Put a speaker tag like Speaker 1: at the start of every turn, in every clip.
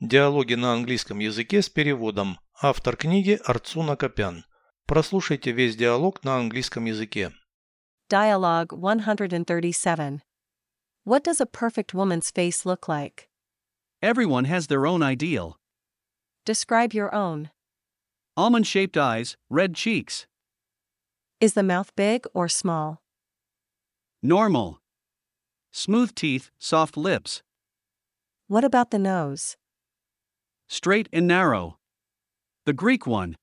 Speaker 1: Диалоги на английском языке с переводом. Автор книги Арцуна Копян. Прослушайте весь диалог на английском языке.
Speaker 2: Dialogue 137. What does a perfect woman's face look like?
Speaker 3: Everyone has their own ideal.
Speaker 2: Describe your own.
Speaker 3: Almond shaped eyes, red cheeks.
Speaker 2: Is the mouth big or small?
Speaker 3: Normal. Smooth teeth, soft lips.
Speaker 2: What about the nose?
Speaker 3: Straight and narrow. The Greek one.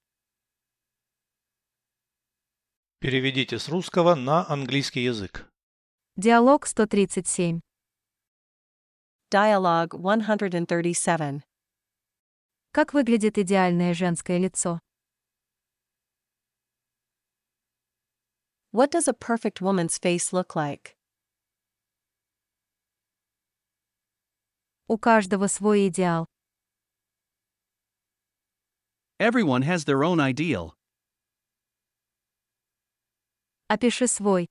Speaker 1: Переведите с русского на английский язык.
Speaker 4: Диалог 137.
Speaker 2: Dialogue 137.
Speaker 4: Как выглядит идеальное женское лицо?
Speaker 2: What does a perfect woman's face look like?
Speaker 4: У каждого свой идеал.
Speaker 3: Everyone has their own ideal.
Speaker 4: Опиши свой.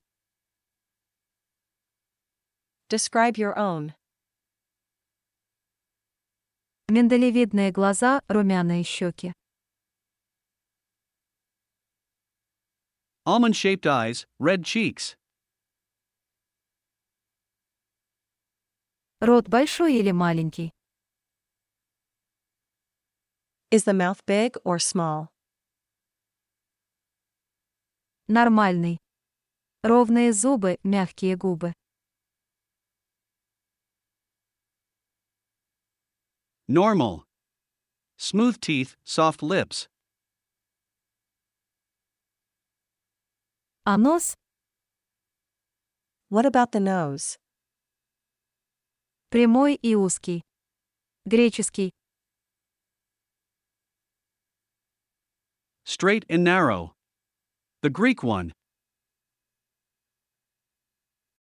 Speaker 2: Describe your own.
Speaker 4: Миндалевидные глаза, румяные щеки.
Speaker 3: Almond shaped eyes, red cheeks.
Speaker 4: Рот большой или маленький?
Speaker 2: Is the mouth big or small?
Speaker 4: Нормальный. Ровные зубы, мягкие губы.
Speaker 3: Normal. Smooth teeth, soft lips.
Speaker 4: А нос
Speaker 2: What about the nose?
Speaker 4: прямой и узкий. Греческий.
Speaker 3: Straight and narrow. The Greek one.